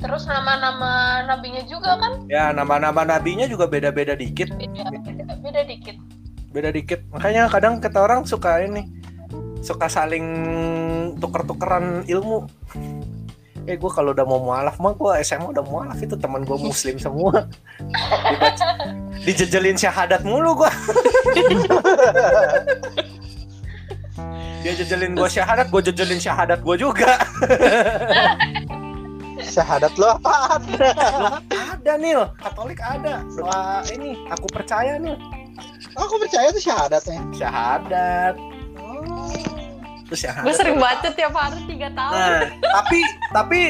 terus nama-nama nabinya juga kan Ya nama-nama nabinya juga beda-beda dikit, beda beda, beda dikit beda dikit. Makanya kadang kata orang suka ini, suka saling tuker-tukeran ilmu. Eh gue kalau udah mau mualaf mah gue SMA udah mualaf itu teman gue muslim semua. Dibaca- Dijejelin syahadat mulu gue. Dia jejelin gue syahadat, gue jejelin syahadat gue juga. Syahadat lo apaan? ada Nil, Katolik ada. Wah ini aku percaya Nil. Oh, Aku percaya tuh syahadatnya. Syahadat. Terus syahadat. Gue sering baca tiap hari tiga Iya, tahun. Nah, tapi tapi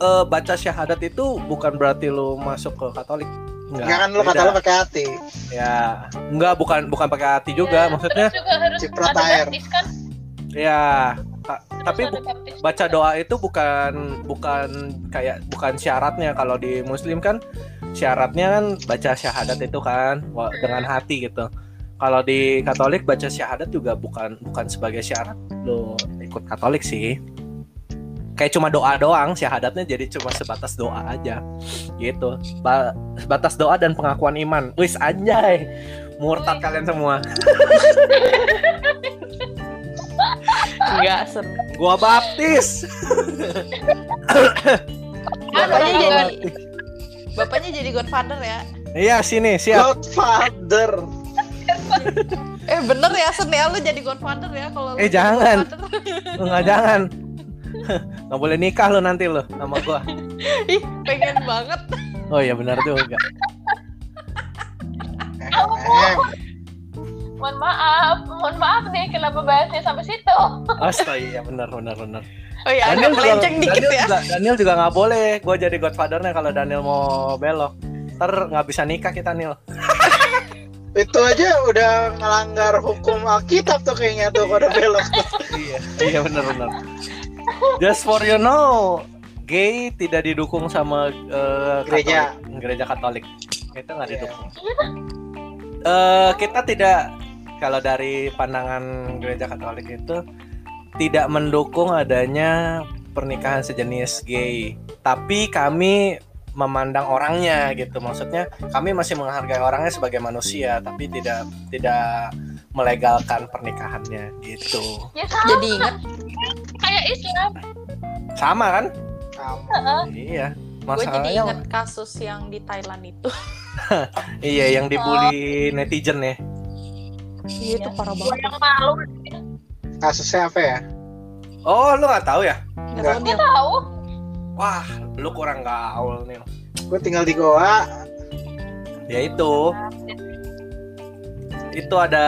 eh, baca syahadat itu bukan berarti lu masuk ke Katolik. Enggak kan lo Ya. beda. kata lo pakai hati. Ya, enggak bukan bukan pakai hati juga Ya, maksudnya. terus juga harus Ciprat ada air. baptis kan Ya, ta- Terus tapi ada bu- baptis baca juga. doa itu bukan bukan kayak bukan syaratnya kalau di muslim kan syaratnya kan baca syahadat itu kan wa- dengan hati gitu. Kalau di Katolik baca syahadat juga bukan bukan sebagai syarat lo ikut Katolik sih. Kayak cuma doa doang, syahadatnya jadi cuma sebatas doa aja. Gitu. Ba- sebatas doa dan pengakuan iman. Wis anjay. Murtad Wih. kalian semua. Enggak seru. Gua baptis. Bapaknya Orang jadi Bapaknya jadi godfather ya. Iya, sini, siap. Godfather. Eh bener ya Sen ya lu jadi godfather ya kalau lu Eh, jadi jangan. godfather. Lu nggak jangan nggak boleh nikah lo nanti lo sama gua Ih, pengen banget. oh iya benar juga Eh, mohon maaf mohon maaf nih kenapa bahasnya sampai situ astaga iya benar benar benar Oh iya agak melenceng dikit Daniel ya. juga, Daniel juga nggak boleh gua jadi godfathernya kalau Daniel mau belok ter nggak bisa nikah kita Nil itu aja udah melanggar hukum Alkitab tuh kayaknya tuh kode belok. iya iya benar benar just for you know gay tidak didukung sama eh, Gereja. Katolik. gereja Katolik itu nggak Iya. didukung Eh, kita tidak kalau dari pandangan gereja Katolik itu tidak mendukung adanya pernikahan sejenis gay tapi kami memandang orangnya gitu maksudnya kami masih menghargai orangnya sebagai manusia tapi tidak tidak melegalkan pernikahannya gitu ya sama Jadi ingat kayak Islam sama kan Kamu. iya gue jadi masalahnya ingat kasus yang di Thailand itu. iya yang dibully netizen ya Iya itu parah Gua banget. yang malu Kasusnya apa ya? oh lu nggak tahu ya Nggak tahu dia. tahu wah lu kurang gaul nih Gue tinggal di Goa. ya itu itu ada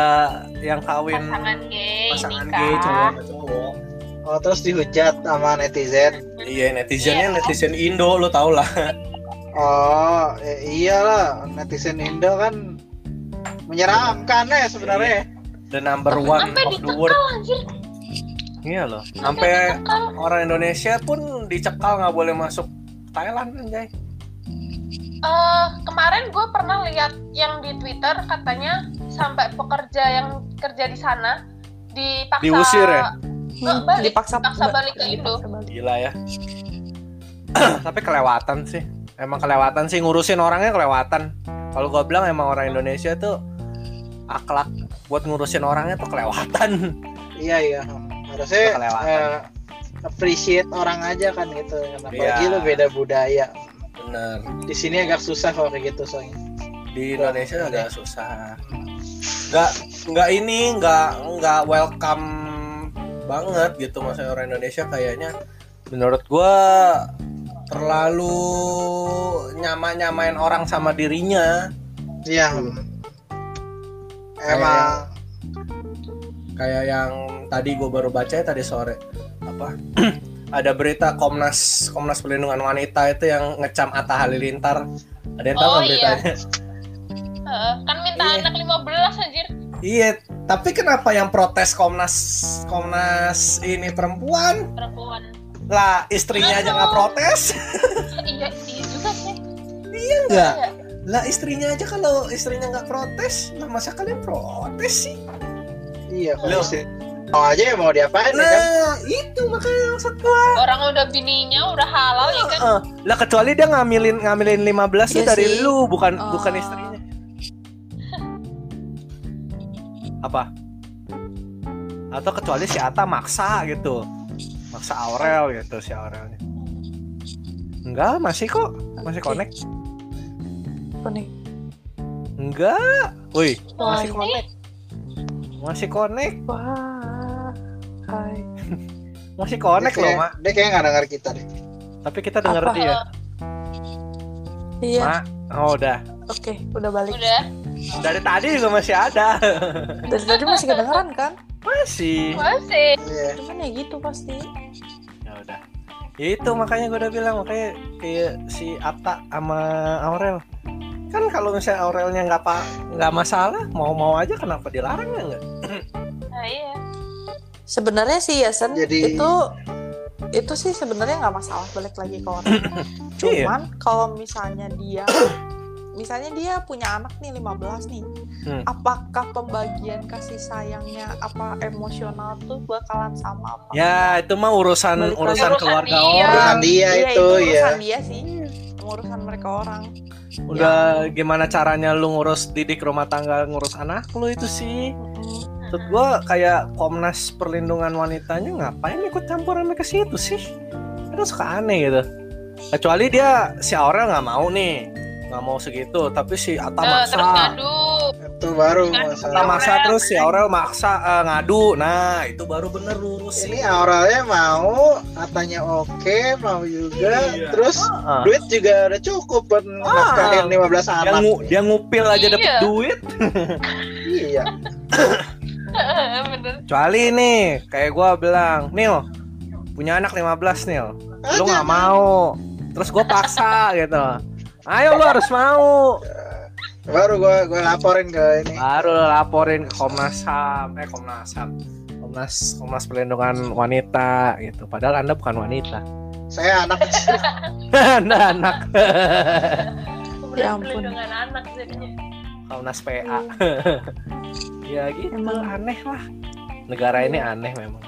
yang kawin pasangan gay pasangan nikah gay cowok sama cowok Oh terus dihujat sama netizen. iya netizennya netizen Indo lu tau lah Oh ya iyalah netizen Indo kan menyeramkan ya sebenarnya. the number one sampai of the dicekal world anjir iya loh sampai dicekal orang Indonesia pun dicekal nggak boleh masuk Thailand anjay Eh, kemarin gue pernah lihat yang di Twitter katanya sampai pekerja yang kerja di sana dipaksa Diusir ya? Nggak, balik. Hmm, dipaksa, Iya, Dipaksa balik ke Indo. Dipaksa balik. Gila ya. Tapi kelewatan sih. Emang kelewatan sih ngurusin orangnya kelewatan. Kalau gua bilang emang orang Indonesia tuh akhlak buat ngurusin orangnya tuh kelewatan. Iya iya harusnya Hmm. Kelewatan. eh, appreciate orang aja kan gitu. Apalagi Iya. lu beda budaya. Bener. Di sini agak susah kalau kayak gitu soalnya. Di Indonesia agak susah. Nggak nggak ini nggak nggak welcome banget gitu maksudnya orang Indonesia kayaknya menurut gua terlalu nyama-nyamain orang sama dirinya Iya. Emang kayak yang tadi gue baru baca ya tadi sore apa ada berita Komnas Komnas Perlindungan Wanita itu yang ngecam Atta Halilintar ada yang tahu Oh, nggak iya. beritanya Eh, kan minta Iya. anak 15 anjir iya tapi kenapa yang protes Komnas Komnas ini perempuan perempuan lah istrinya aja nggak protes Eh, iya iya juga sih enggak Iya. lah istrinya aja kalau istrinya nggak protes lah masa kalian protes sih iya kalau Loh. sih mau aja ya mau diapain ya kan? Nah, itu makanya maksud gua. Orang udah bininya udah halal ya kan? Eh, lah kecuali dia ngambilin ngambilin 15 tuh Iya dari sih. lu, bukan Oh. bukan istrinya. Apa? Atau kecuali si Ata maksa gitu. Maksa Aurel gitu si Aurelnya. Enggak, masih kok. Masih Oke. connect. Apa nih? Enggak. Woi, Wah, masih connect. Oh. Masih connect. Wah. Hai. Masih Dia connect loh, kayak, Mak. Iya. dia kayak nggak dengar kita deh. Tapi kita denger Apa? dia. Iya, Mak. Oh, udah. oke, udah balik. Udah. Dari tadi juga masih ada. Dari tadi masih kedengeran kan? Masih. Masih. Iya. Cuman ya gitu pasti. ya udah ya itu makanya gue udah bilang makanya kayak si Atta sama Aurel kan kalau misalnya Aurelnya nggak pak nggak masalah mau-mau aja kenapa dilarang ya nggak Nah, iya. Sebenarnya sih ya Sen, Jadi- itu itu sih sebenarnya nggak masalah balik lagi ke orang. Iya. Cuman kalau misalnya dia misalnya dia punya anak nih 15 nih. Hmm. Apakah pembagian kasih sayangnya apa emosional tuh bakalan sama apa? ya itu mah urusan Balik lagi. urusan Urusan keluarga dia. orang Urusan dia Iya, itu ya. urusan dia sih. Emang Urusan mereka orang. udah gimana caranya lu ngurus didik rumah tangga ngurus anak lu itu sih Mm-mm. Menurut gue kayak Komnas Perlindungan Wanitanya ngapain ikut campur sampai ke situ sih? Itu suka aneh gitu. Kecuali dia si Aurel nggak mau nih, nggak mau segitu. Tapi si Atta Eh, maksa, terus ngadu. Itu baru Kan, Atta masalah. pertama- maksa Aurel. kan? terus si Aurel maksa eh, ngadu. Nah itu baru bener lurus Eh, Ini auralnya mau, katanya oke, mau juga. Iya. Terus Heeh. duit juga udah cukup buat nafkahin 15 Dia, anak. ngu- dia ngupil aja Iya. dapet duit. Iya. Bener. Kecuali nih, kayak gue bilang, Nil punya anak 15 Nil. lu Aja, nggak Nil. mau terus gue paksa gitu ayo lu harus mau Baru gua gua laporin ke ini. baru lu laporin ke Komnas Ham eh Komnas Ham Komnas Komnas Perlindungan Wanita gitu padahal anda bukan wanita Saya anak kecil. anda anak Kemudian Ya ampun. Perlindungan anak jadinya. Komnas Iya. PA ya gitu Emang. aneh lah negara ini aneh memang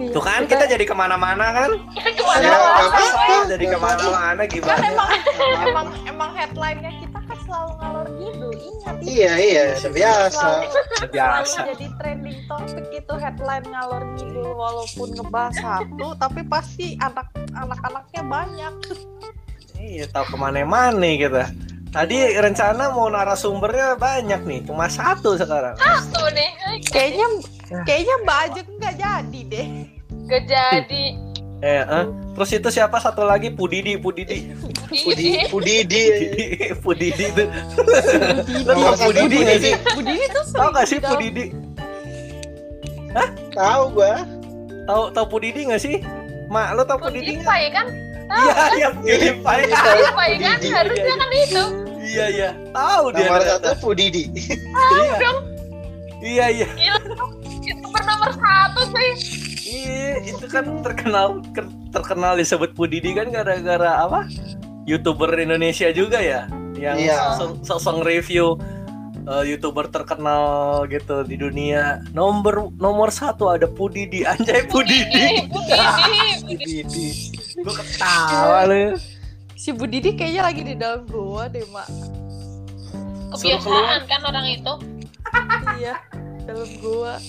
Iya, tuh kan kita jadi kemana-mana kan Ya, Kemana Saya nggak mana? apa-apa. jadi kemana-mana kan gimana emang emang emang headline-nya kita kan selalu ngalor ngidul. Ingat itu. Iya iya, biasa. biasa Selalu jadi trending topic itu headline ngalor ngidul walaupun ngebahas satu tapi pasti anak anak-anaknya banyak. Iya, tahu kemana-mana kita. Tadi rencana mau narasumbernya banyak nih, cuma satu sekarang. Tuh nih. Kayaknya Ya. kayaknya Mbak Ajeng nggak jadi deh. Gak jadi. Eh, eh. terus itu siapa satu lagi Pudidi, Pudidi, Pudi Pudidi. Pudidi, Pudidi itu. Lo Nomor tau satu Pudidi nggak sih? Budi ini tuh Tahu sering nggak sih di dalam- Pudidi? Tahu gua. Tahu tahu Pudidi nggak sih? Mak, lo tahu Pudidi nggak? Spotify kan? Iya, iya, Pudidi. Spotify kan Pudidi. harusnya kan itu. Iya, iya. Tahu dia. Nomor ternyata. satu Pudidi. Iya. Iya, iya. Itu nomor satu sih. Iya, itu kan terkenal terkenal disebut Pudidi kan gara-gara apa? YouTuber Indonesia juga ya, yang Iya. sosok sosok review uh, YouTuber terkenal gitu di dunia. Nomor nomor satu ada Pudidi, Eh, anjay Pudidi. Pudidi. Pudidi. Gue ketawa lu. Si Budidi kayaknya lagi di dalam gua deh, Mak. Kebiasaan kan orang itu. iya, dalam gua.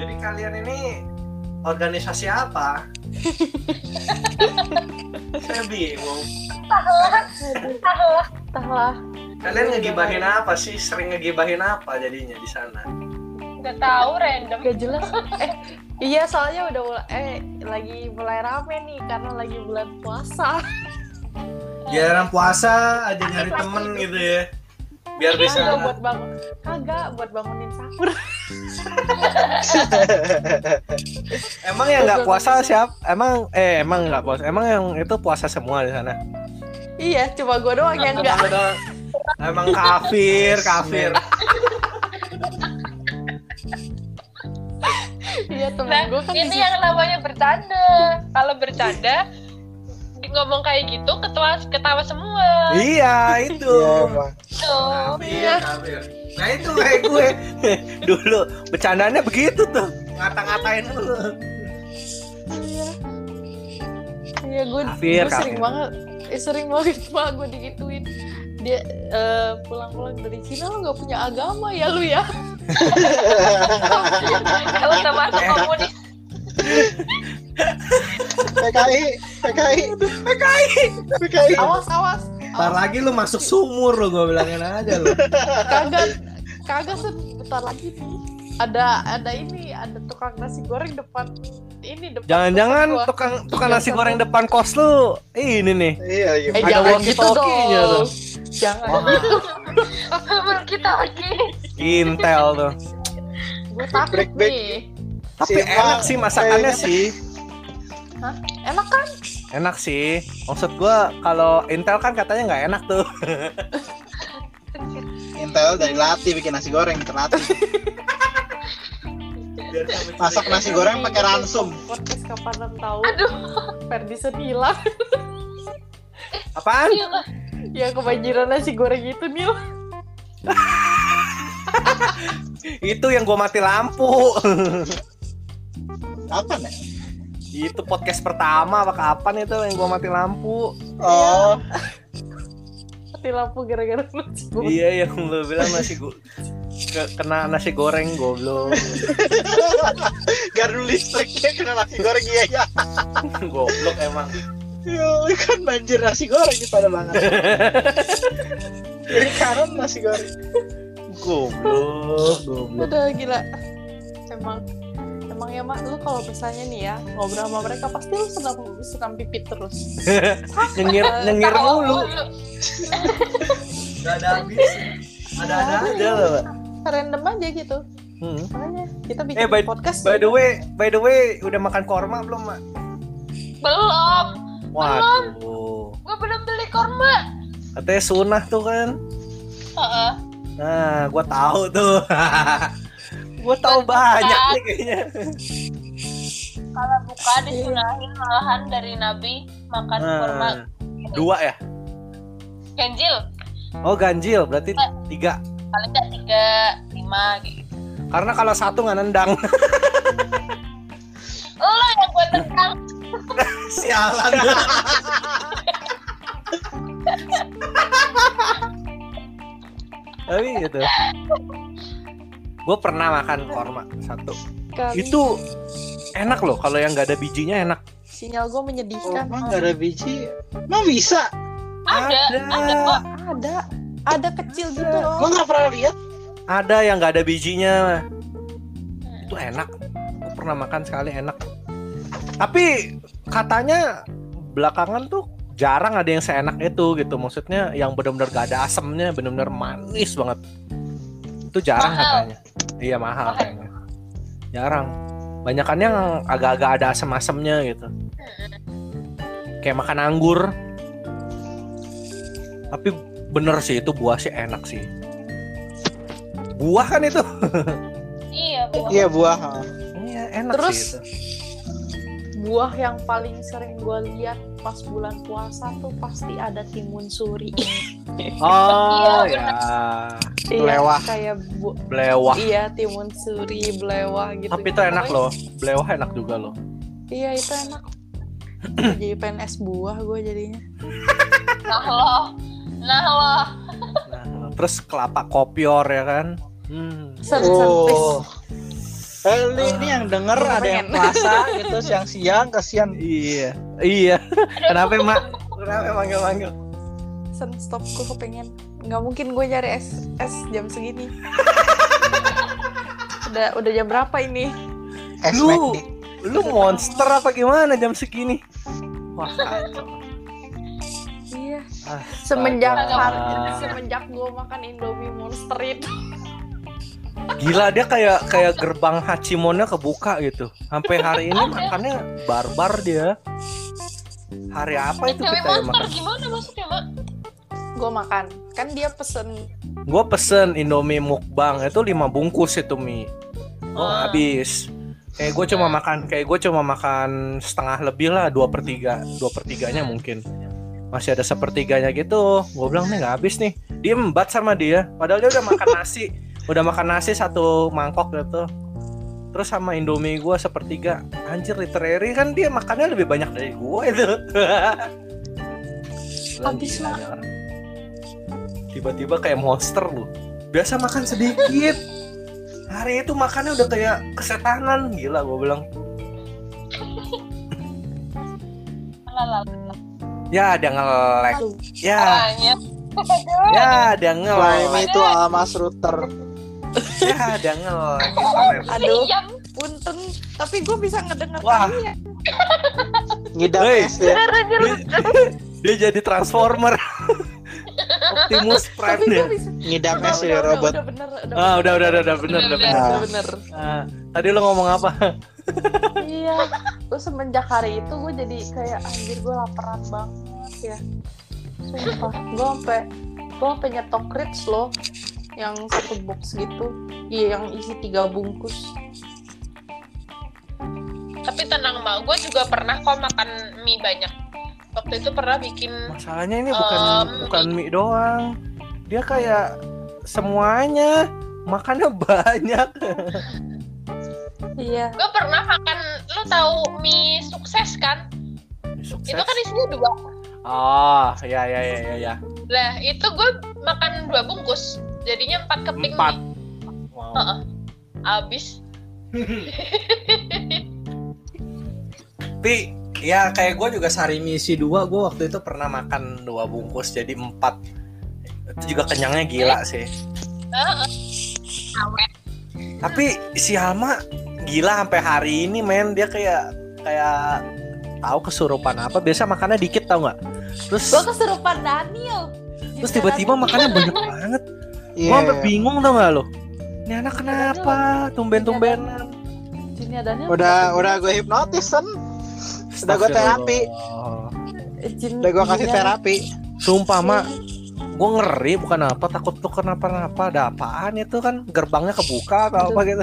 Jadi kalian ini organisasi apa? Saya bingung. Entahlah. Entahlah. Kalian ngegibahin apa sih? Sering ngegibahin apa jadinya di sana? Gak tahu random. Gak jelas. Eh, iya soalnya udah mulai eh lagi mulai rame nih karena lagi bulan puasa. Biaran puasa aja nyari temen gitu ya biar bisa Kagak buat bangun. Kagak buat bangunin sahur. emang yang nggak puasa siap emang eh emang nggak puasa emang yang itu puasa semua di sana iya, cuma gua doang yang enggak. Emang udah- emang kafir kafir Iya, temen Nah, gua kan ini di- yang namanya bercanda. Kalau bercanda ngomong kayak gitu ketawa ketawa semua. iya itu Iya, Bang. Tuh. kafir kafir Nah itu kayak gue dulu bercandanya begitu tuh ngata-ngatain lu. Iya. Iya gue, Kafir, gue sering kafir. banget, eh, sering banget mah gue digituin. Dia eh, pulang-pulang dari Cina lo nggak punya agama ya lu ya? Kalau udah masuk komunis, PKI, PKI, PKI. Awas awas. Oh. Ntar lagi lu masuk sumur lu gue bilangin aja lu. Kagak kagak set bentar lagi nih. Ada ada ini ada tukang nasi goreng depan ini depan. jangan-jangan kosan gua. tukang tukang nasi goreng depan kos lu ini nih Iya, iya. Eh ada jangan gitu walkie-talkie-nya dong. tuh. Jangan. teman kita lagi. intel tuh Gue takut Break, break. nih. tapi Si Mak, enak sih masakannya kayaknya- sih Enak kan? enak sih maksud gua kalau intel kan katanya nggak enak tuh Intel dari latih bikin nasi goreng terlatih. Masak nasi goreng pakai ransum. Podcast kapanan tahu? Aduh, Perdison hilang. apaan iya lah. Ya kebanjiran nasi goreng itu Nil. itu yang gua mati lampu Kapan ya? itu podcast pertama apa kapan itu yang gua mati lampu Oh, Mati lampu gara-gara nasi gitu. goreng. iya yang lu bilang nasi go- ke- kena nasi goreng goblok gardu listriknya kena nasi goreng iya ya. goblok emang Ya, kan banjir nasi goreng di pada banget. Kiri kanan nasi goreng. goblok goblok Udah gila. Emang Emang ya mak, lu kalau misalnya nih ya ngobrol sama mereka pasti lu senam senam pipit terus. nyengir nyengir Tahu mulu mulu. Gak ada habis. Ada-ada aja lu. Random aja gitu. Hmm. Makanya kita bikin Eh, by- podcast. gitu. By the way, by the way, udah makan korma belum, Mak? Belum. Waduh. Gue belum beli korma. Katanya sunah tuh kan. Heeh. Nah, gua tahu tuh. gua tahu banyak nih kayaknya. Kalau buka disunahin malahan dari Nabi makan korma Nah, dua ya? ganjil. Oh, ganjil berarti tiga. Paling nggak tiga, lima gitu. Karena kalau satu nggak nendang. Lo yang gue tendang. Sialan. Tapi gitu. Gua pernah makan korma satu. Kami- Itu enak loh kalau yang nggak ada bijinya enak. sinyal gue menyedihkan. Oh, Oh, Emang Ah, gak ada biji. Emang bisa? Ada, ada kok. ada ada kecil gitu Iya. Gua loh. gak pernah lihat. Ada yang nggak ada bijinya. itu enak aku pernah makan sekali enak tapi katanya belakangan tuh jarang ada yang seenak itu gitu maksudnya yang benar-benar gak ada asemnya benar-benar manis banget itu jarang Mahal. katanya iya mahal Mahal. kayaknya jarang banyakannya yang agak-agak ada asem-asemnya gitu kayak makan anggur tapi bener sih itu buah sih enak sih buah kan itu Iya, Bu. Iya buah. iya enak Terus, sih itu. Buah yang paling sering gue lihat pas bulan puasa tuh pasti ada timun suri. Oh Iya, ya, Iya, Belewah. kayak bu belewah. iya timun suri belewah gitu. Tapi itu enak Pokoknya- loh, belewah enak juga loh. Iya itu enak. jadi PNS buah gue jadinya. Nah lo. Nah lo. Nah, terus kelapa kopior ya kan. Hmm. Santis. Oh. Eh, li, ini yang denger Pengen. ada yang puasa gitu siang-siang kasihan Iya, iya. Kenapa mak? Kenapa manggil-manggil? Sen stop gue kepengen. Nggak mungkin gue nyari es es jam segini. udah udah jam berapa ini? es Lu, McD. lu monster apa gimana jam segini? Wah, Iya. Semenjak Astaga. semenjak gue makan Indomie Monster itu. gila dia kayak kayak gerbang Hachimonnya kebuka gitu. Sampai hari ini makannya barbar dia. Hari apa itu Cewek kita ya monster makan? gimana maksudnya, Mak? gue makan kan dia pesen gue pesen Indomie mukbang itu lima bungkus itu mie gue Ah. habis kayak gue cuma makan kayak gue cuma makan setengah lebih lah dua per tiga dua per tiganya mungkin masih ada sepertiganya gitu gue bilang nih nggak habis nih dia embat sama dia padahal dia udah makan nasi udah makan nasi satu mangkok gitu terus sama indomie gue sepertiga anjir literary kan dia makannya lebih banyak dari gue itu Gila, Habis, gila, ada orang. tiba-tiba kayak monster lu biasa makan sedikit hari itu makannya udah kayak kesetanan gila gue bilang Alah, alah, ya ada ngelek ya Caranya. ya ada ngelek Lain itu Almas Router. ya ada ngelek internet. Aduh. Siang. Punten, tapi gue bisa ya. ngedenger Wah. kalian. Ngidam Hei. es ya. dia, dia jadi transformer Optimus Prime Tapi dia gue bisa. Ngidam Udah, es ya udah, robot. Udah, udah bener, udah ah udah udah udah udah bener udah bener Udah Nah. bener. Ah, tadi lo ngomong apa iya, gue semenjak hari itu gue jadi kayak anjir gue laparan banget ya. Sumpah, gue sampai gue sampai nyetok grits loh yang satu box gitu. Iya, yang isi tiga bungkus. Tapi tenang mbak, gue juga pernah kok makan mie banyak. Waktu itu pernah bikin masalahnya ini bukan Um, bukan mie doang dia kayak semuanya makannya banyak Iya. gue pernah makan lu tahu mie sukses kan sukses itu kan isinya dua oh ya ya ya ya, ya. lah itu gue makan dua bungkus jadinya empat keping Empat. mie Wow. Heeh. abis tapi ya kayak gue juga sehari misi dua gue waktu itu pernah makan dua bungkus jadi empat itu juga kenyangnya gila sih awet tapi si Alma gila sampai hari ini men dia kayak kayak tahu kesurupan apa biasa makannya dikit tau nggak terus Gue keserupan Daniel. terus tiba-tiba kan makannya banyak banget gue sampai Iya. bingung tau nggak lo ini anak kenapa tumben-tumbenan Junior Daniel. Udah udah gue hipnotis kan. Udah gua terapi. Astagfirullah. Eh, Jin- Udah gue kasih Junior- terapi. sumpah mak gue ngeri bukan apa takut tuh kenapa-napa ada apaan itu kan gerbangnya kebuka atau apa gitu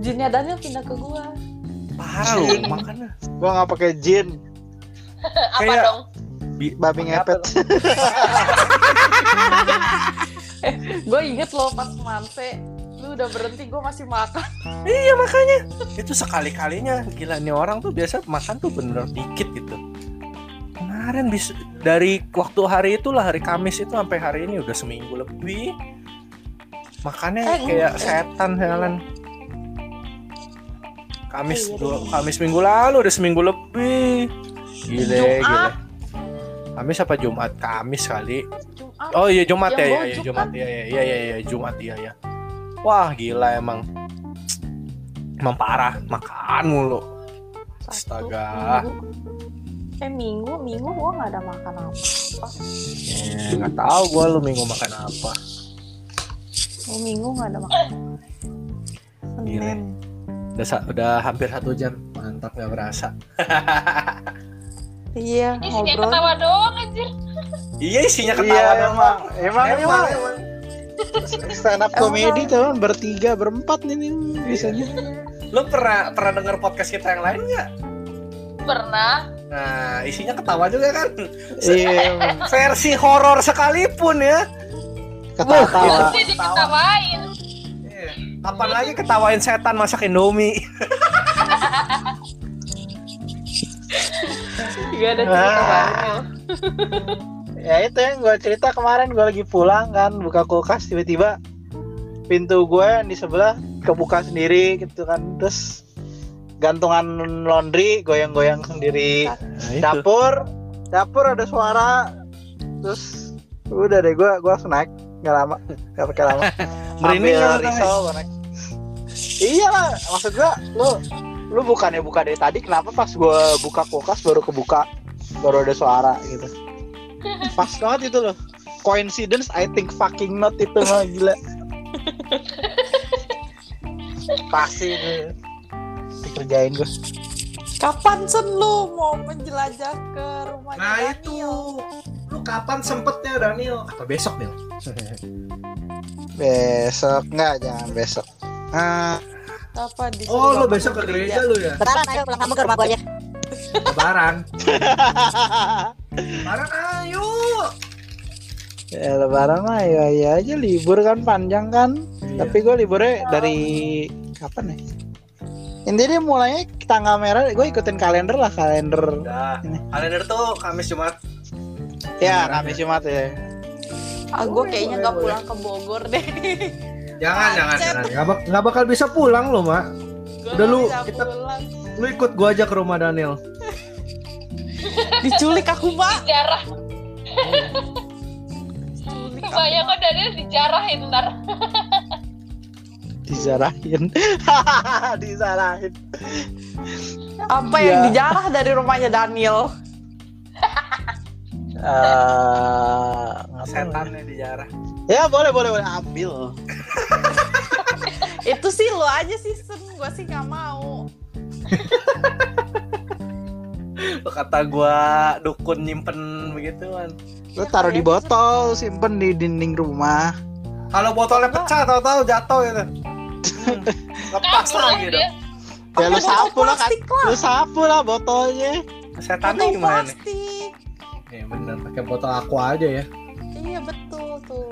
Junior Daniel pindah ke gue. parah lo makannya Gue nggak pakai jin. apa Kayak- dong Bi- Babi ngepet. Gue inget loh pas manse lu udah berhenti gue masih makan Iya makanya itu sekali kalinya gila nih orang tuh biasa makan tuh bener dikit gitu. Kemarin bis dari waktu hari itulah hari Kamis itu sampai hari ini udah seminggu lebih. Makannya Eh, kayak eh. setan Helen. Iya, Kamis iya, dua, iya. Kamis minggu lalu udah seminggu lebih. Gile, Jumat. gile. Kamis apa Jumat? Kamis kali. Jumat Oh iya Jumat Yang ya, bau iya Jumat. Jumat ya, iya iya iya iya, Jumat iya ya. Wah gila emang, emang parah makan mulu. Sabtu, Astaga. Minggu. eh minggu minggu gue nggak ada makan apa Eh, Nggak tahu gue lu minggu makan apa. eh, minggu nggak ada makan Gile. Senin Udah sa- udah hampir satu jam mantap nggak berasa. iya isinya ngobrol ketawa doang anjir Iya isinya Iya ketawa doang. emang. Emang emang. Emang, emang. Stand up comedy tuh bertiga berempat nih nih, biasanya. Lu pernah pernah denger podcast kita yang lain nggak? pernah Nah isinya ketawa juga kan. Iya. emang. Versi horor sekalipun ya. Ketawa-tawa. Terus jadi ketawain Iya. Kapan lagi ketawain setan masak indomie? gak ada cerita Ah. baru ya itu yang gue cerita kemarin gue lagi pulang kan buka kulkas tiba-tiba pintu gue yang di sebelah kebuka sendiri gitu kan terus gantungan laundry goyang-goyang sendiri Nah, itu. dapur dapur ada suara terus udah deh gue gue langsung naik nggak lama nggak pakai lama Merinding Ambil kan lu risau gue naik iya lah maksud gue lu lu bukannya buka dari tadi kenapa pas gue buka kulkas baru kebuka baru ada suara gitu pas banget itu loh coincidence I think fucking not itu mah gila pasti itu dikerjain gue kapan sen lu mau menjelajah ke rumahnya Nah Daniel? itu oh? Lu kapan sempetnya Daniel? Apa besok Nil? besok nggak jangan besok ah apa di Oh lu besok ke gereja lu ya? Lebaran ayo pulang kamu ke rumah gue aja. Lebaran Lebaran ayo Ya lebaran mah ya, ya aja libur kan panjang kan. Iya, Tapi gue liburnya dari kapan ya? Intinya dia mulainya tanggal merah, gue ikutin kalender lah kalender. Udah. Kalender tuh Kamis Jumat. Ya Kamis Jumat ya. Ah, gue kayaknya nggak pulang ke Bogor deh. Jangan, jangan, jangan. Gak, bak- gak bakal bisa pulang lo, Mak. Gua Udah, nggak lu, bisa kita- pulang. Iya. Lu ikut gua aja ke rumah Daniel. Diculik aku mak. Jarah. Diculik aku. Kebayang kok Daniel dijarahin ntar. Disarahin, disarahin. Apa yang Ya. dijarah dari rumahnya Daniel? Eh, ngapain ya? Setannya dijarah. ya boleh boleh boleh ambil. Itu sih lo aja sih sen. Gue sih nggak mau. Lu kata gua dukun nyimpen begitu kan. Lu taruh di botol, simpen di dinding rumah. Kalau botolnya pecah tahu-tahu jatuh gitu. Lepas Kabur lagi dong. dia. Ya lu Pakai botol sapu lah kan. plastik lah. Lu sapu lah botolnya. Setannya Botol gimana nih? plastik. Ya bener, pakai botol aqua aja ya. Iya betul tuh.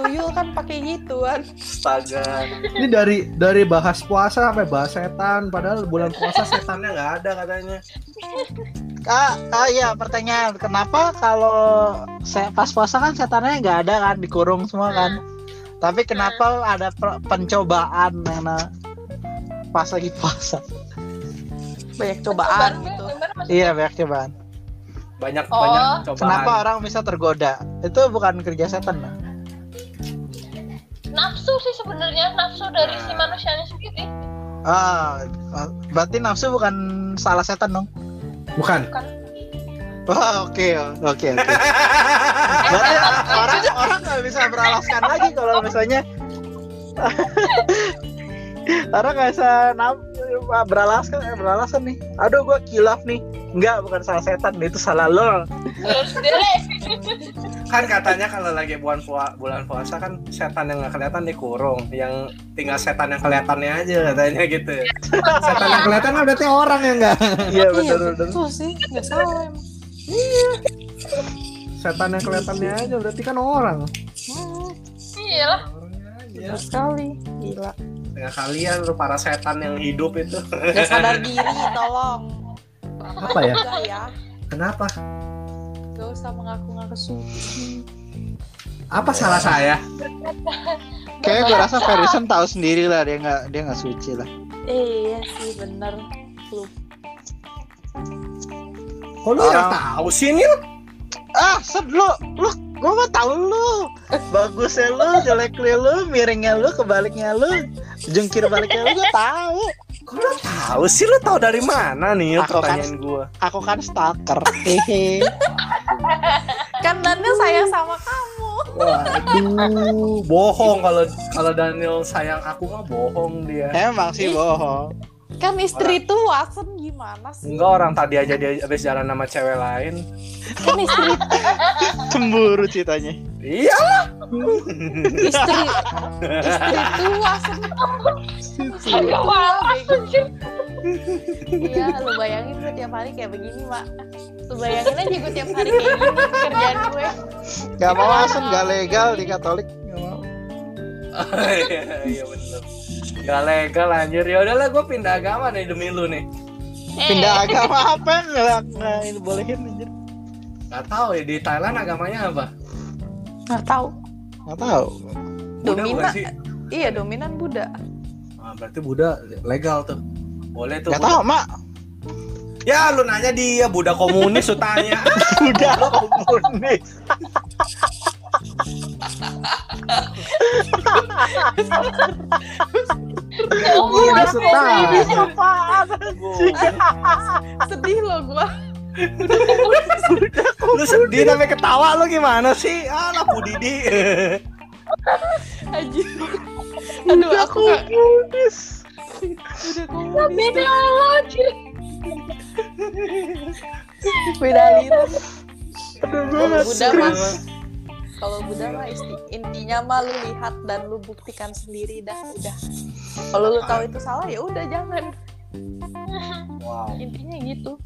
Tuyul kan pakai gituan. Astaga. Ini dari dari bahas puasa sampai bahas setan, padahal bulan puasa setannya Setannya nggak ada katanya. Ah, ah iya pertanyaan kenapa kalau saya pas puasa kan setannya nggak ada kan dikurung semua kan tapi kenapa ada per- pencobaan karena pas lagi puasa Banyak cobaan Baru- ya, gitu. baru masuk- iya banyak cobaan Banyak Oh. banyak cobaan. kenapa orang bisa tergoda itu bukan kerja setan lah. Nafsu sih sebenarnya nafsu dari si manusianya sendiri. ah berarti nafsu bukan salah setan dong Bukan. Bukan. Iya. Wah, oke oke oke Eh, Berarti orang orang nggak bisa beralaskan lagi kalau misalnya orang nggak bisa nam- beralaskan eh, beralaskan nih aduh gua kilaf nih Enggak, bukan salah setan itu salah lo Terus dia kan katanya kalau lagi bulan puasa, bulan puasa kan setan yang nggak kelihatan dikurung, yang tinggal setan yang kelihatannya aja katanya gitu. Setan yang kelihatan kan berarti orang ya enggak? iya Iya betul betul betul sih. Nggak salah emang. Setan yang kelihatannya aja berarti kan orang. Hmm, iyalah. Orangnya aja. betul sekali. Gila. Dengan kalian lu para setan yang hidup itu. Nggak sadar diri. Tolong. Apa ya? Udah ya. Kenapa? Gak usah mengaku-ngaku suci. Apa salah saya? kayaknya gua rasa Ferguson tahu sendiri lah dia nggak dia nggak suci lah Eh, iya sih bener. Lupa. Kok lu yang Orang. tahu? Tahu sih Nil? ah set lu lu gua mah tahu lu bagusnya lu jeleknya lu miringnya lu kebaliknya lu jungkir baliknya lu gua tahu Kok lu tahu sih lu tahu dari mana Nil Aku kan- pertanyaan gua? aku kan stalker hehe Kan Daniel sayang sama kamu. Waduh, bohong kalau kalau Daniel sayang aku mah bohong dia. emang sih bohong Kan istri itu wasen gimana sih? Enggak orang tadi aja dia habis jalan sama cewek lain. Kan istri cemburu ceritanya Iya. istri istri itu wasen. Agak malas anjir. Iya, lu bayangin gue tiap hari kayak begini, Mak. Lu bayangin aja gue tiap hari kayak gini kerjaan gue. Gak mau asen, gak legal di Katolik. Gak mau. Iya bener. Gak legal anjir. Ya udahlah gua pindah agama nih demi lu nih. Eh, Pindah agama apa yang nggak nggak ini bolehin anjir? Gak tahu ya di Thailand agamanya apa? Nggak tahu. Gak tahu. Buddha bukan Dominan. sih? Iya, dominan Buddha. Ah, berarti Buddha legal tuh. Boleh tuh. Gak Buddha. tahu mak. Ya lu nanya dia Buddha komunis lu tanya. Udah komunis. Iya, oh, Udah warna setahun. merah. Apaan? Sedih loh gue. lu sedih sampai ketawa lu gimana sih? Alah Bu Didi. Aji. Aduh, aku nggak- komunis. udah Beda komunis. Allah anjir. Beda aliran. Aduh gue nggak Udah serius. mas. Kalau Buddha mah isti- intinya mah lu lihat dan lu buktikan sendiri dah udah. Kalau lu tahu itu salah ya udah jangan. Wow. Intinya gitu.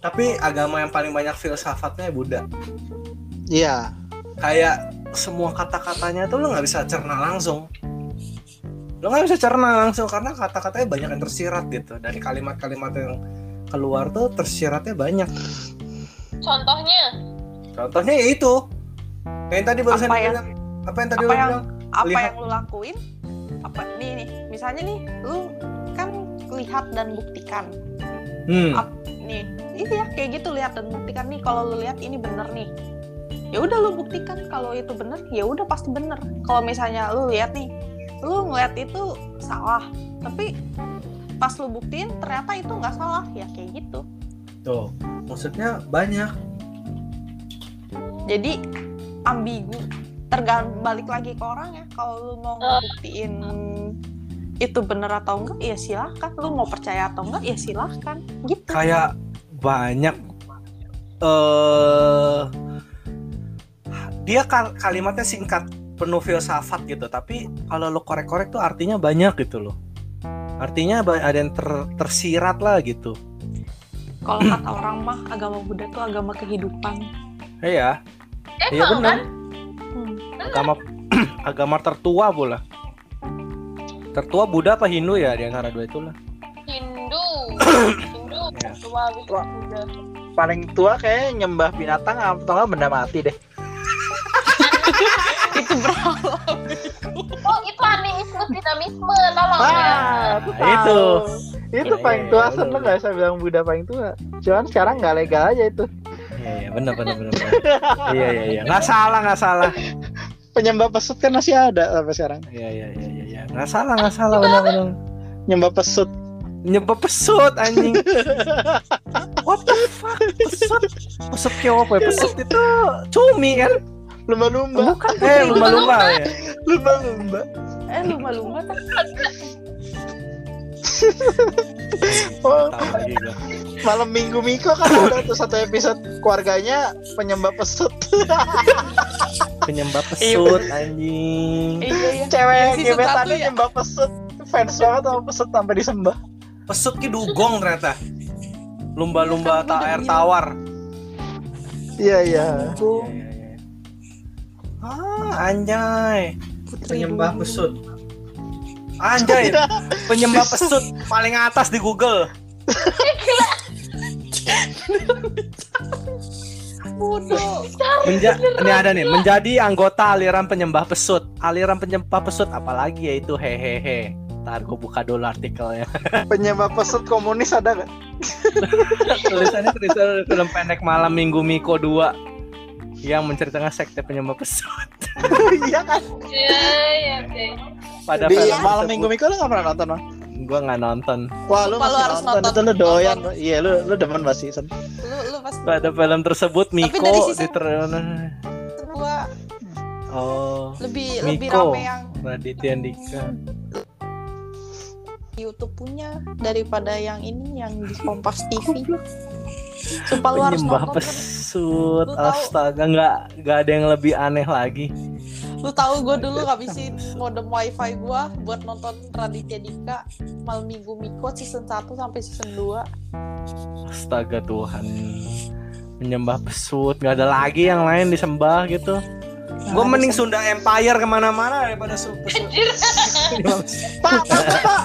Tapi agama yang paling banyak filsafatnya Buddha. Iya. kayak semua kata-katanya tuh lo nggak bisa cerna langsung lo nggak bisa cerna langsung karena kata-katanya banyak yang tersirat gitu dari kalimat-kalimat yang keluar tuh tersiratnya banyak Contohnya, contohnya ya itu yang tadi barusan Apa dia yang- bilang. apa yang tadi lo apa yang- bilang apa Lihat. yang lu lakuin apa nih nih misalnya nih lu kan lihat dan buktikan hmm. Apa- nih iya kayak gitu lihat dan buktikan nih kalau lu lihat ini bener nih ya udah lu buktikan kalau itu bener ya udah pasti bener kalau misalnya lu lihat nih lu ngeliat itu salah tapi pas lu buktiin ternyata itu nggak salah ya kayak gitu Hmm, tuh maksudnya banyak jadi ambigu tergantung balik lagi ke orangnya kalau lu mau ngebuktiin itu bener atau enggak ya silahkan lu mau percaya atau enggak ya silahkan gitu kayak banyak eh dia kal- kalimatnya singkat penuh filsafat gitu tapi kalau lo korek-korek tuh artinya banyak gitu loh artinya ba- ada yang ter- tersirat lah gitu kalau kata orang mah agama Buddha tuh agama kehidupan iya emang iya kan? benar Hmm. agama agama tertua pula tertua Buddha apa Hindu ya di antara dua itulah Hindu, Hindu, Ya. tua Wisnu Buddha. paling tua kayak nyembah binatang atau nggak benda mati deh itu berapa Oh itu animisme, dinamisme, tolong ya. ah aku Nah, tahu. itu. itu Iya, Ya, paling ya, tua ya, seneng bener. nggak bisa bilang Buddha paling tua cuman sekarang nggak legal aja itu iya iya benar benar benar benar. iya iya iya nggak salah nggak salah penyembah pesut kan masih ada sampai sekarang iya iya iya iya, iya nggak salah nggak salah benar benar nyembah pesut nyebab pesut anjing what the fuck pesut pesut kayak apa ya pesut itu cumi kan lumba-lumba bukan eh putri lumba lumba ya lumba-lumba eh lumba lumba tapi oh Tahu lagi gua. malam minggu Miko kan ada tuh satu episode keluarganya penyembah pesut penyembab pesut anjing iya iya cewek yang Season satu gebetannya ya? nyembah pesut fans banget sama pesut sampai disembah pesut ki dugong ternyata lumba lumba Kan gua tak udah air bilang. tawar iya iya Iya, iya, iya. ah anjay putri penyembah dulu. pesut anjay penyembah pesut paling atas di Google bodoh Menja- ini ada nih menjadi anggota aliran penyembah pesut aliran penyembah pesut apalagi yaitu hehehe Ntar gue buka dulu artikelnya penyembah pesut komunis ada gak? tulisannya tulisan film pendek malam minggu Miko 2 yang menceritakan sekte penyembah pesut iya kan Iya, iya, oke. pada di film Iya. malam minggu Miko lu gak pernah nonton Bang? gue nggak nonton wah lu Sumpah, lu masih harus nonton, nonton. itu lu doyan Nonton. iya lu lu demen pasti Sen. lu lu pas pada film tersebut dari Miko season- di ter- kedua oh lebih lebih Miko. rame yang Raditya Dika YouTube punya daripada yang ini yang di Kompas TV. Sumpah lu harus penyembah nonton. pesut Lu tahu- astaga nggak nggak ada yang lebih aneh lagi Lu tahu gue dulu ngabisin modem wifi gue buat nonton Raditya Dika malam minggu Miko season 1 sampai season 2 Astaga Tuhan Menyembah pesut Gak ada lagi yang lain disembah gitu Gue mending Sunda Empire kemana-mana Daripada su- pesut Anjir. Penyembah pesut. pak pak pak, pak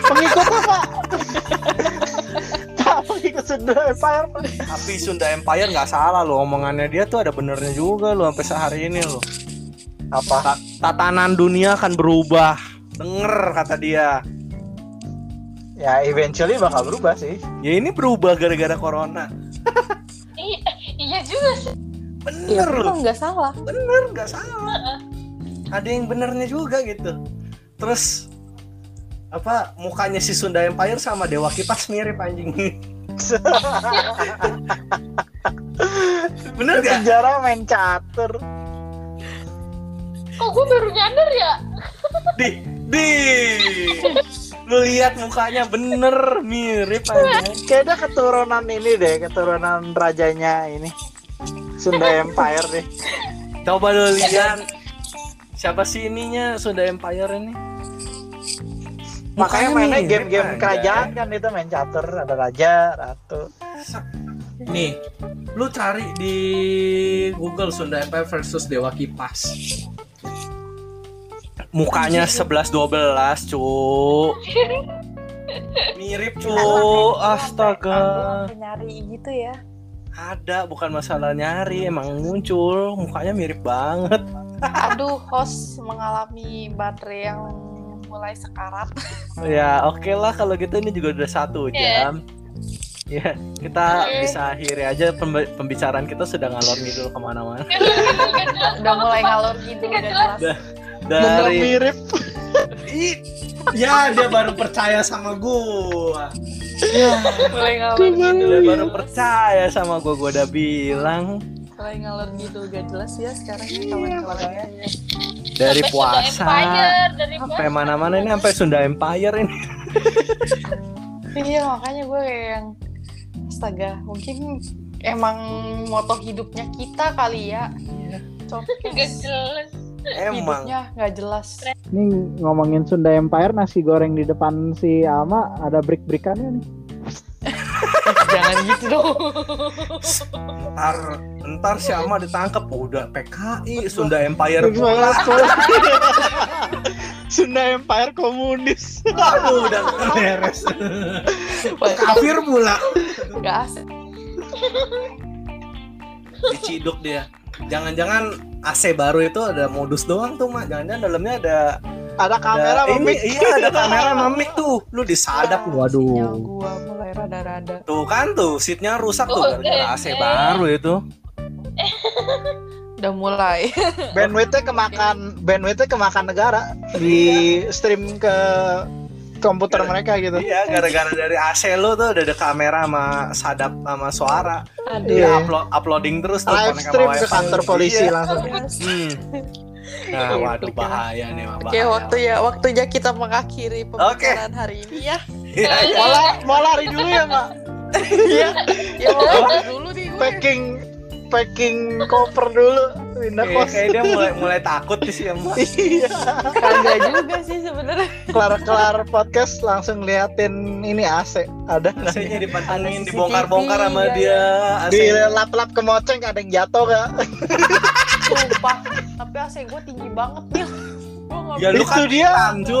pengikutnya pak pak pengikut Sunda gitu, Empire Pak. Tapi Sunda Empire gak salah loh Omongannya dia tuh ada benernya juga loh Sampai sehari ini loh apa Tatanan dunia akan berubah Denger kata dia ya eventually bakal berubah sih Ya ini berubah gara-gara corona Iya, iya juga sih. Iya Bener loh memang nggak salah Bener gak salah Ada yang benernya juga gitu Terus apa mukanya si Sunda Empire sama Dewa Kipas mirip anjing Bener Di gak? penjara main catur Kok gue baru nyadar ya? Di, di. Lu lihat mukanya bener mirip aja. kayaknya keturunan ini deh keturunan rajanya ini Sunda Empire deh Coba lu lihat. Siapa sih ininya Sunda Empire ini? Mukanya makanya mainnya mirip, game-game anjay. kerajaan kan itu main catur ada raja ratu Nih, lu cari di Google Sunda Empire versus Dewa Kipas mukanya 11 12 cu mirip cu astaga Aku nyari gitu ya. ada bukan masalah nyari emang muncul mukanya mirip banget Aduh, host mengalami baterai yang mulai sekarat. ya oke lah kalau gitu ini juga udah satu Oke. jam ya kita Oke. bisa akhiri aja pembe- pembicaraan kita sudah ngalor ngidul kemana-mana Udah mulai ngalor gitu Nggak udah jelas. jelas. Bener dari mirip. Ih, ya dia baru percaya sama gua. Mulai ngalor gitu. udah baru percaya sama gua gua udah bilang Mulai ngalor gitu gak jelas ya sekarang ya Iya. kawan-kawannya. dari Sampai puasa Sunda Empire, dari sampai puasa. mana-mana ini sampai Sunda Empire ini Iya makanya gue kayak yang astaga mungkin emang moto hidupnya kita kali ya. Nggak Cokes. jelas. emang Hidupnya nggak jelas. Ini ngomongin Sunda Empire nasi goreng di depan si Ama ada break-breakannya nih. Jangan gitu dong. ntar ntar si Ama ditangkap udah PKI Sunda Empire Gimana tuh? Sunda Empire komunis. Aduh, udah beres. Kafir pula. Gak asik. diciduk dia jangan-jangan AC baru itu ada modus doang tuh mah jangan-jangan dalamnya ada Ada kamera ada, sama ini mic. iya ada kamera sama mic tuh lu disadap lu Ah. Sinyal waduh gue mulai rada-rada. tuh kan tuh seatnya rusak tuh Oke. gara-gara AC baru itu Udah mulai. Bandwidth-nya kemakan bandwidth-nya kemakan negara di stream ke komputer mereka gitu. iya gara-gara dari AC lu tuh udah ada kamera sama sadap sama suara Aduh. dia Iya. upload uploading terus tuh Live connect sama stream ke wifi. kantor polisi Iya. langsung. Hmm. Nah, waduh bahaya nih mah Oke, bahaya. Iya, waktu ya, waktunya kita mengakhiri pembicaraan hari ini ya. Iya. Mau la- mau lari dulu ya, Mak. Iya, Ya mulai dulu ya. nih gue. packing packing koper dulu pindah Kayak- kos. kayak dia mulai mulai takut ya, di siang. Nah, Iya. Kagak juga sih sebenarnya. Kelar-kelar podcast langsung liatin ini AC ada nggak? AC-nya Ada dipantengin, CCTV, dibongkar-bongkar sama iya, dia. AC. di lap-lap ke moceng ada yang jatuh gak? Sumpah. Tapi AC gue tinggi banget nih. Gue nggak Ya lu kan Itu dia. titan, Ju.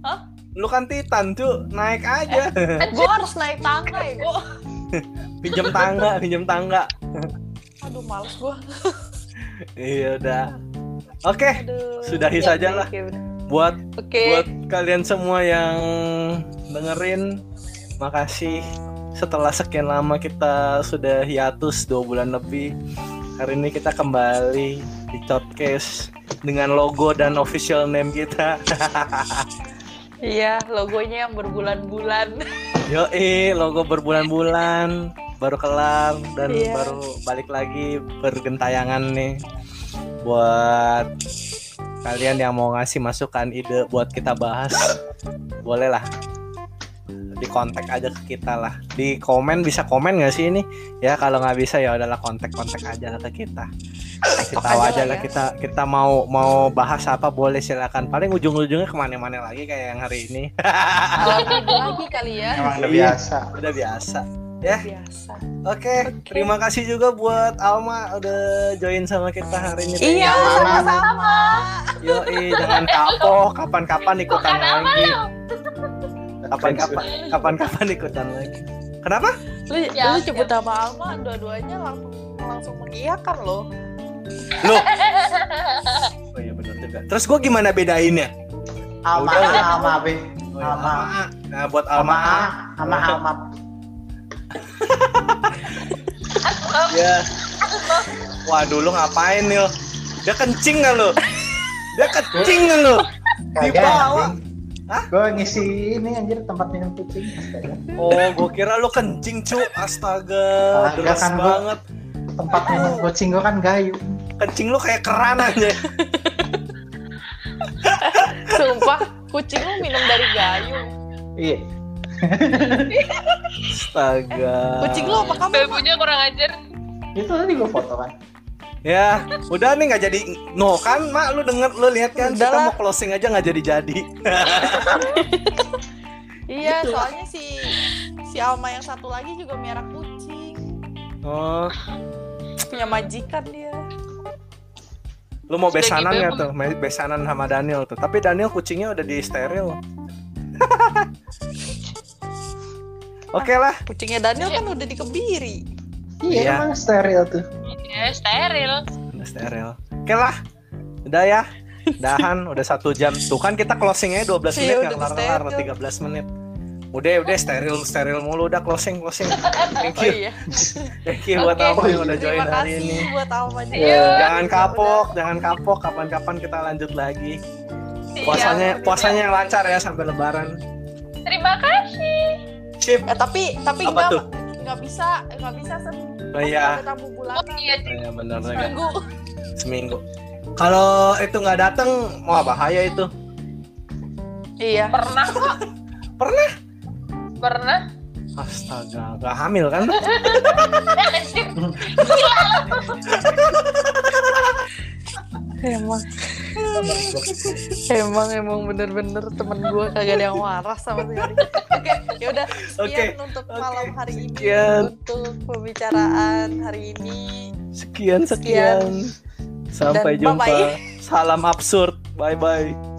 Hah? Eh. Lu kan titan, Ju. Naik aja. Gue Kan harus naik tangga ya. Gue pinjam tangga, pinjam tangga. aduh males gue. Iya udah. Oke, Aduh. Sudahi Ya, saja oke, lah. oke, bener. buat Oke. buat kalian semua yang dengerin makasih setelah sekian lama kita sudah hiatus dua bulan lebih hari ini kita kembali di podcast dengan logo dan official name kita Iya, logonya yang berbulan-bulan. yoi logo berbulan-bulan baru kelar dan Iya. baru balik lagi bergentayangan nih buat kalian yang mau ngasih masukan ide buat kita bahas bolehlah di kontak aja ke kita lah di komen bisa komen nggak sih ini ya kalau nggak bisa ya udahlah kontak kontak aja lah ke kita kasih tahu aja aja lah lah ya. kita kita mau mau bahas apa boleh silakan paling ujung ujungnya kemana-mana lagi kayak yang hari ini Alami lagi kali ya. Emang Iya. udah biasa. udah biasa Biasa. Oke, terima kasih juga buat Alma udah join sama kita hari ini. Iya, sama-sama. Yoi, jangan kapok, kapan-kapan ikutan Bukan apa lagi. lo. Kapan-kapan, kapan-kapan ikutan lagi. Kenapa? Lu, Ya, lu jemput sama Alma, dua-duanya langsung langsung mengiyakan loh. Loh. Oh iya benar juga. Terus gue gimana bedainnya? Alma, Udah lah. Alma, Be. Oh, iya, Alma, A. Nah, buat Alma, Alma A. Alma, Alma. Ya. Waduh, lu ngapain, Nil? Dia kencing nggak lu? Dia kencing nggak lu? Di Kagak, bawah. Gue ngisi ini anjir tempat minum kucing. Oh, gue kira lu kencing, cu. Astaga, Kagak deras kan gua. banget. Tempat minum kucing gue kan gayu. Kencing lu kayak keran aja. Sumpah, kucing lu minum dari gayung. Iya. Astaga. Eh, Kucing lu apa kamu? Babunya kurang ajar. Itu tadi gue foto kan. Ya, udah nih nggak jadi. No kan, mak lu denger, lu lihat kan kita Udahlah. mau closing aja nggak jadi jadi. Iya, Gitu. soalnya si si Alma yang satu lagi juga merah kucing. Oh, punya majikan dia lu mau Sudah besanan gitu ya, nggak tuh? Me- Besanan sama Daniel tuh. Tapi Daniel kucingnya udah di steril. Oke lah. kucingnya Daniel kan udah dikebiri Ah, Iya, Iya. emang steril tuh. Ya, steril. Udah steril. Oke lah. Udah ya. Dahan udah satu jam. Tuh kan kita closingnya 12 menit Iya, udah yang kelar-kelar steril. 13 menit. Udah udah steril steril mulu udah closing closing. Thank you. iya Thank you Oh, buat Oke. Alma yang udah join terima hari ini. kasih buat Alma Iya. Jangan kapok, jangan kapok. Kapan-kapan kita lanjut lagi. Puasanya Iya. puasanya yang lancar ya sampai Lebaran. Terima kasih. Sip. Eh, tapi tapi Apa nggak tuh? nggak bisa nggak bisa sen Oh iya. ada tamu Oh bulanan iya, Ya, benar minggu seminggu. Kalau itu nggak datang, wah bahaya itu. iya pernah kok. Pernah? Pernah. Astaga, nggak hamil kan? Iya. Anjir. emang emang emang bener-bener temen gue kagak ada yang waras sama sekali oke ya udah sekian untuk oke, malam hari ini sekian. untuk pembicaraan hari ini Sekian sekian. Sampai Dan jumpa. bye-bye. Salam absurd. Bye bye.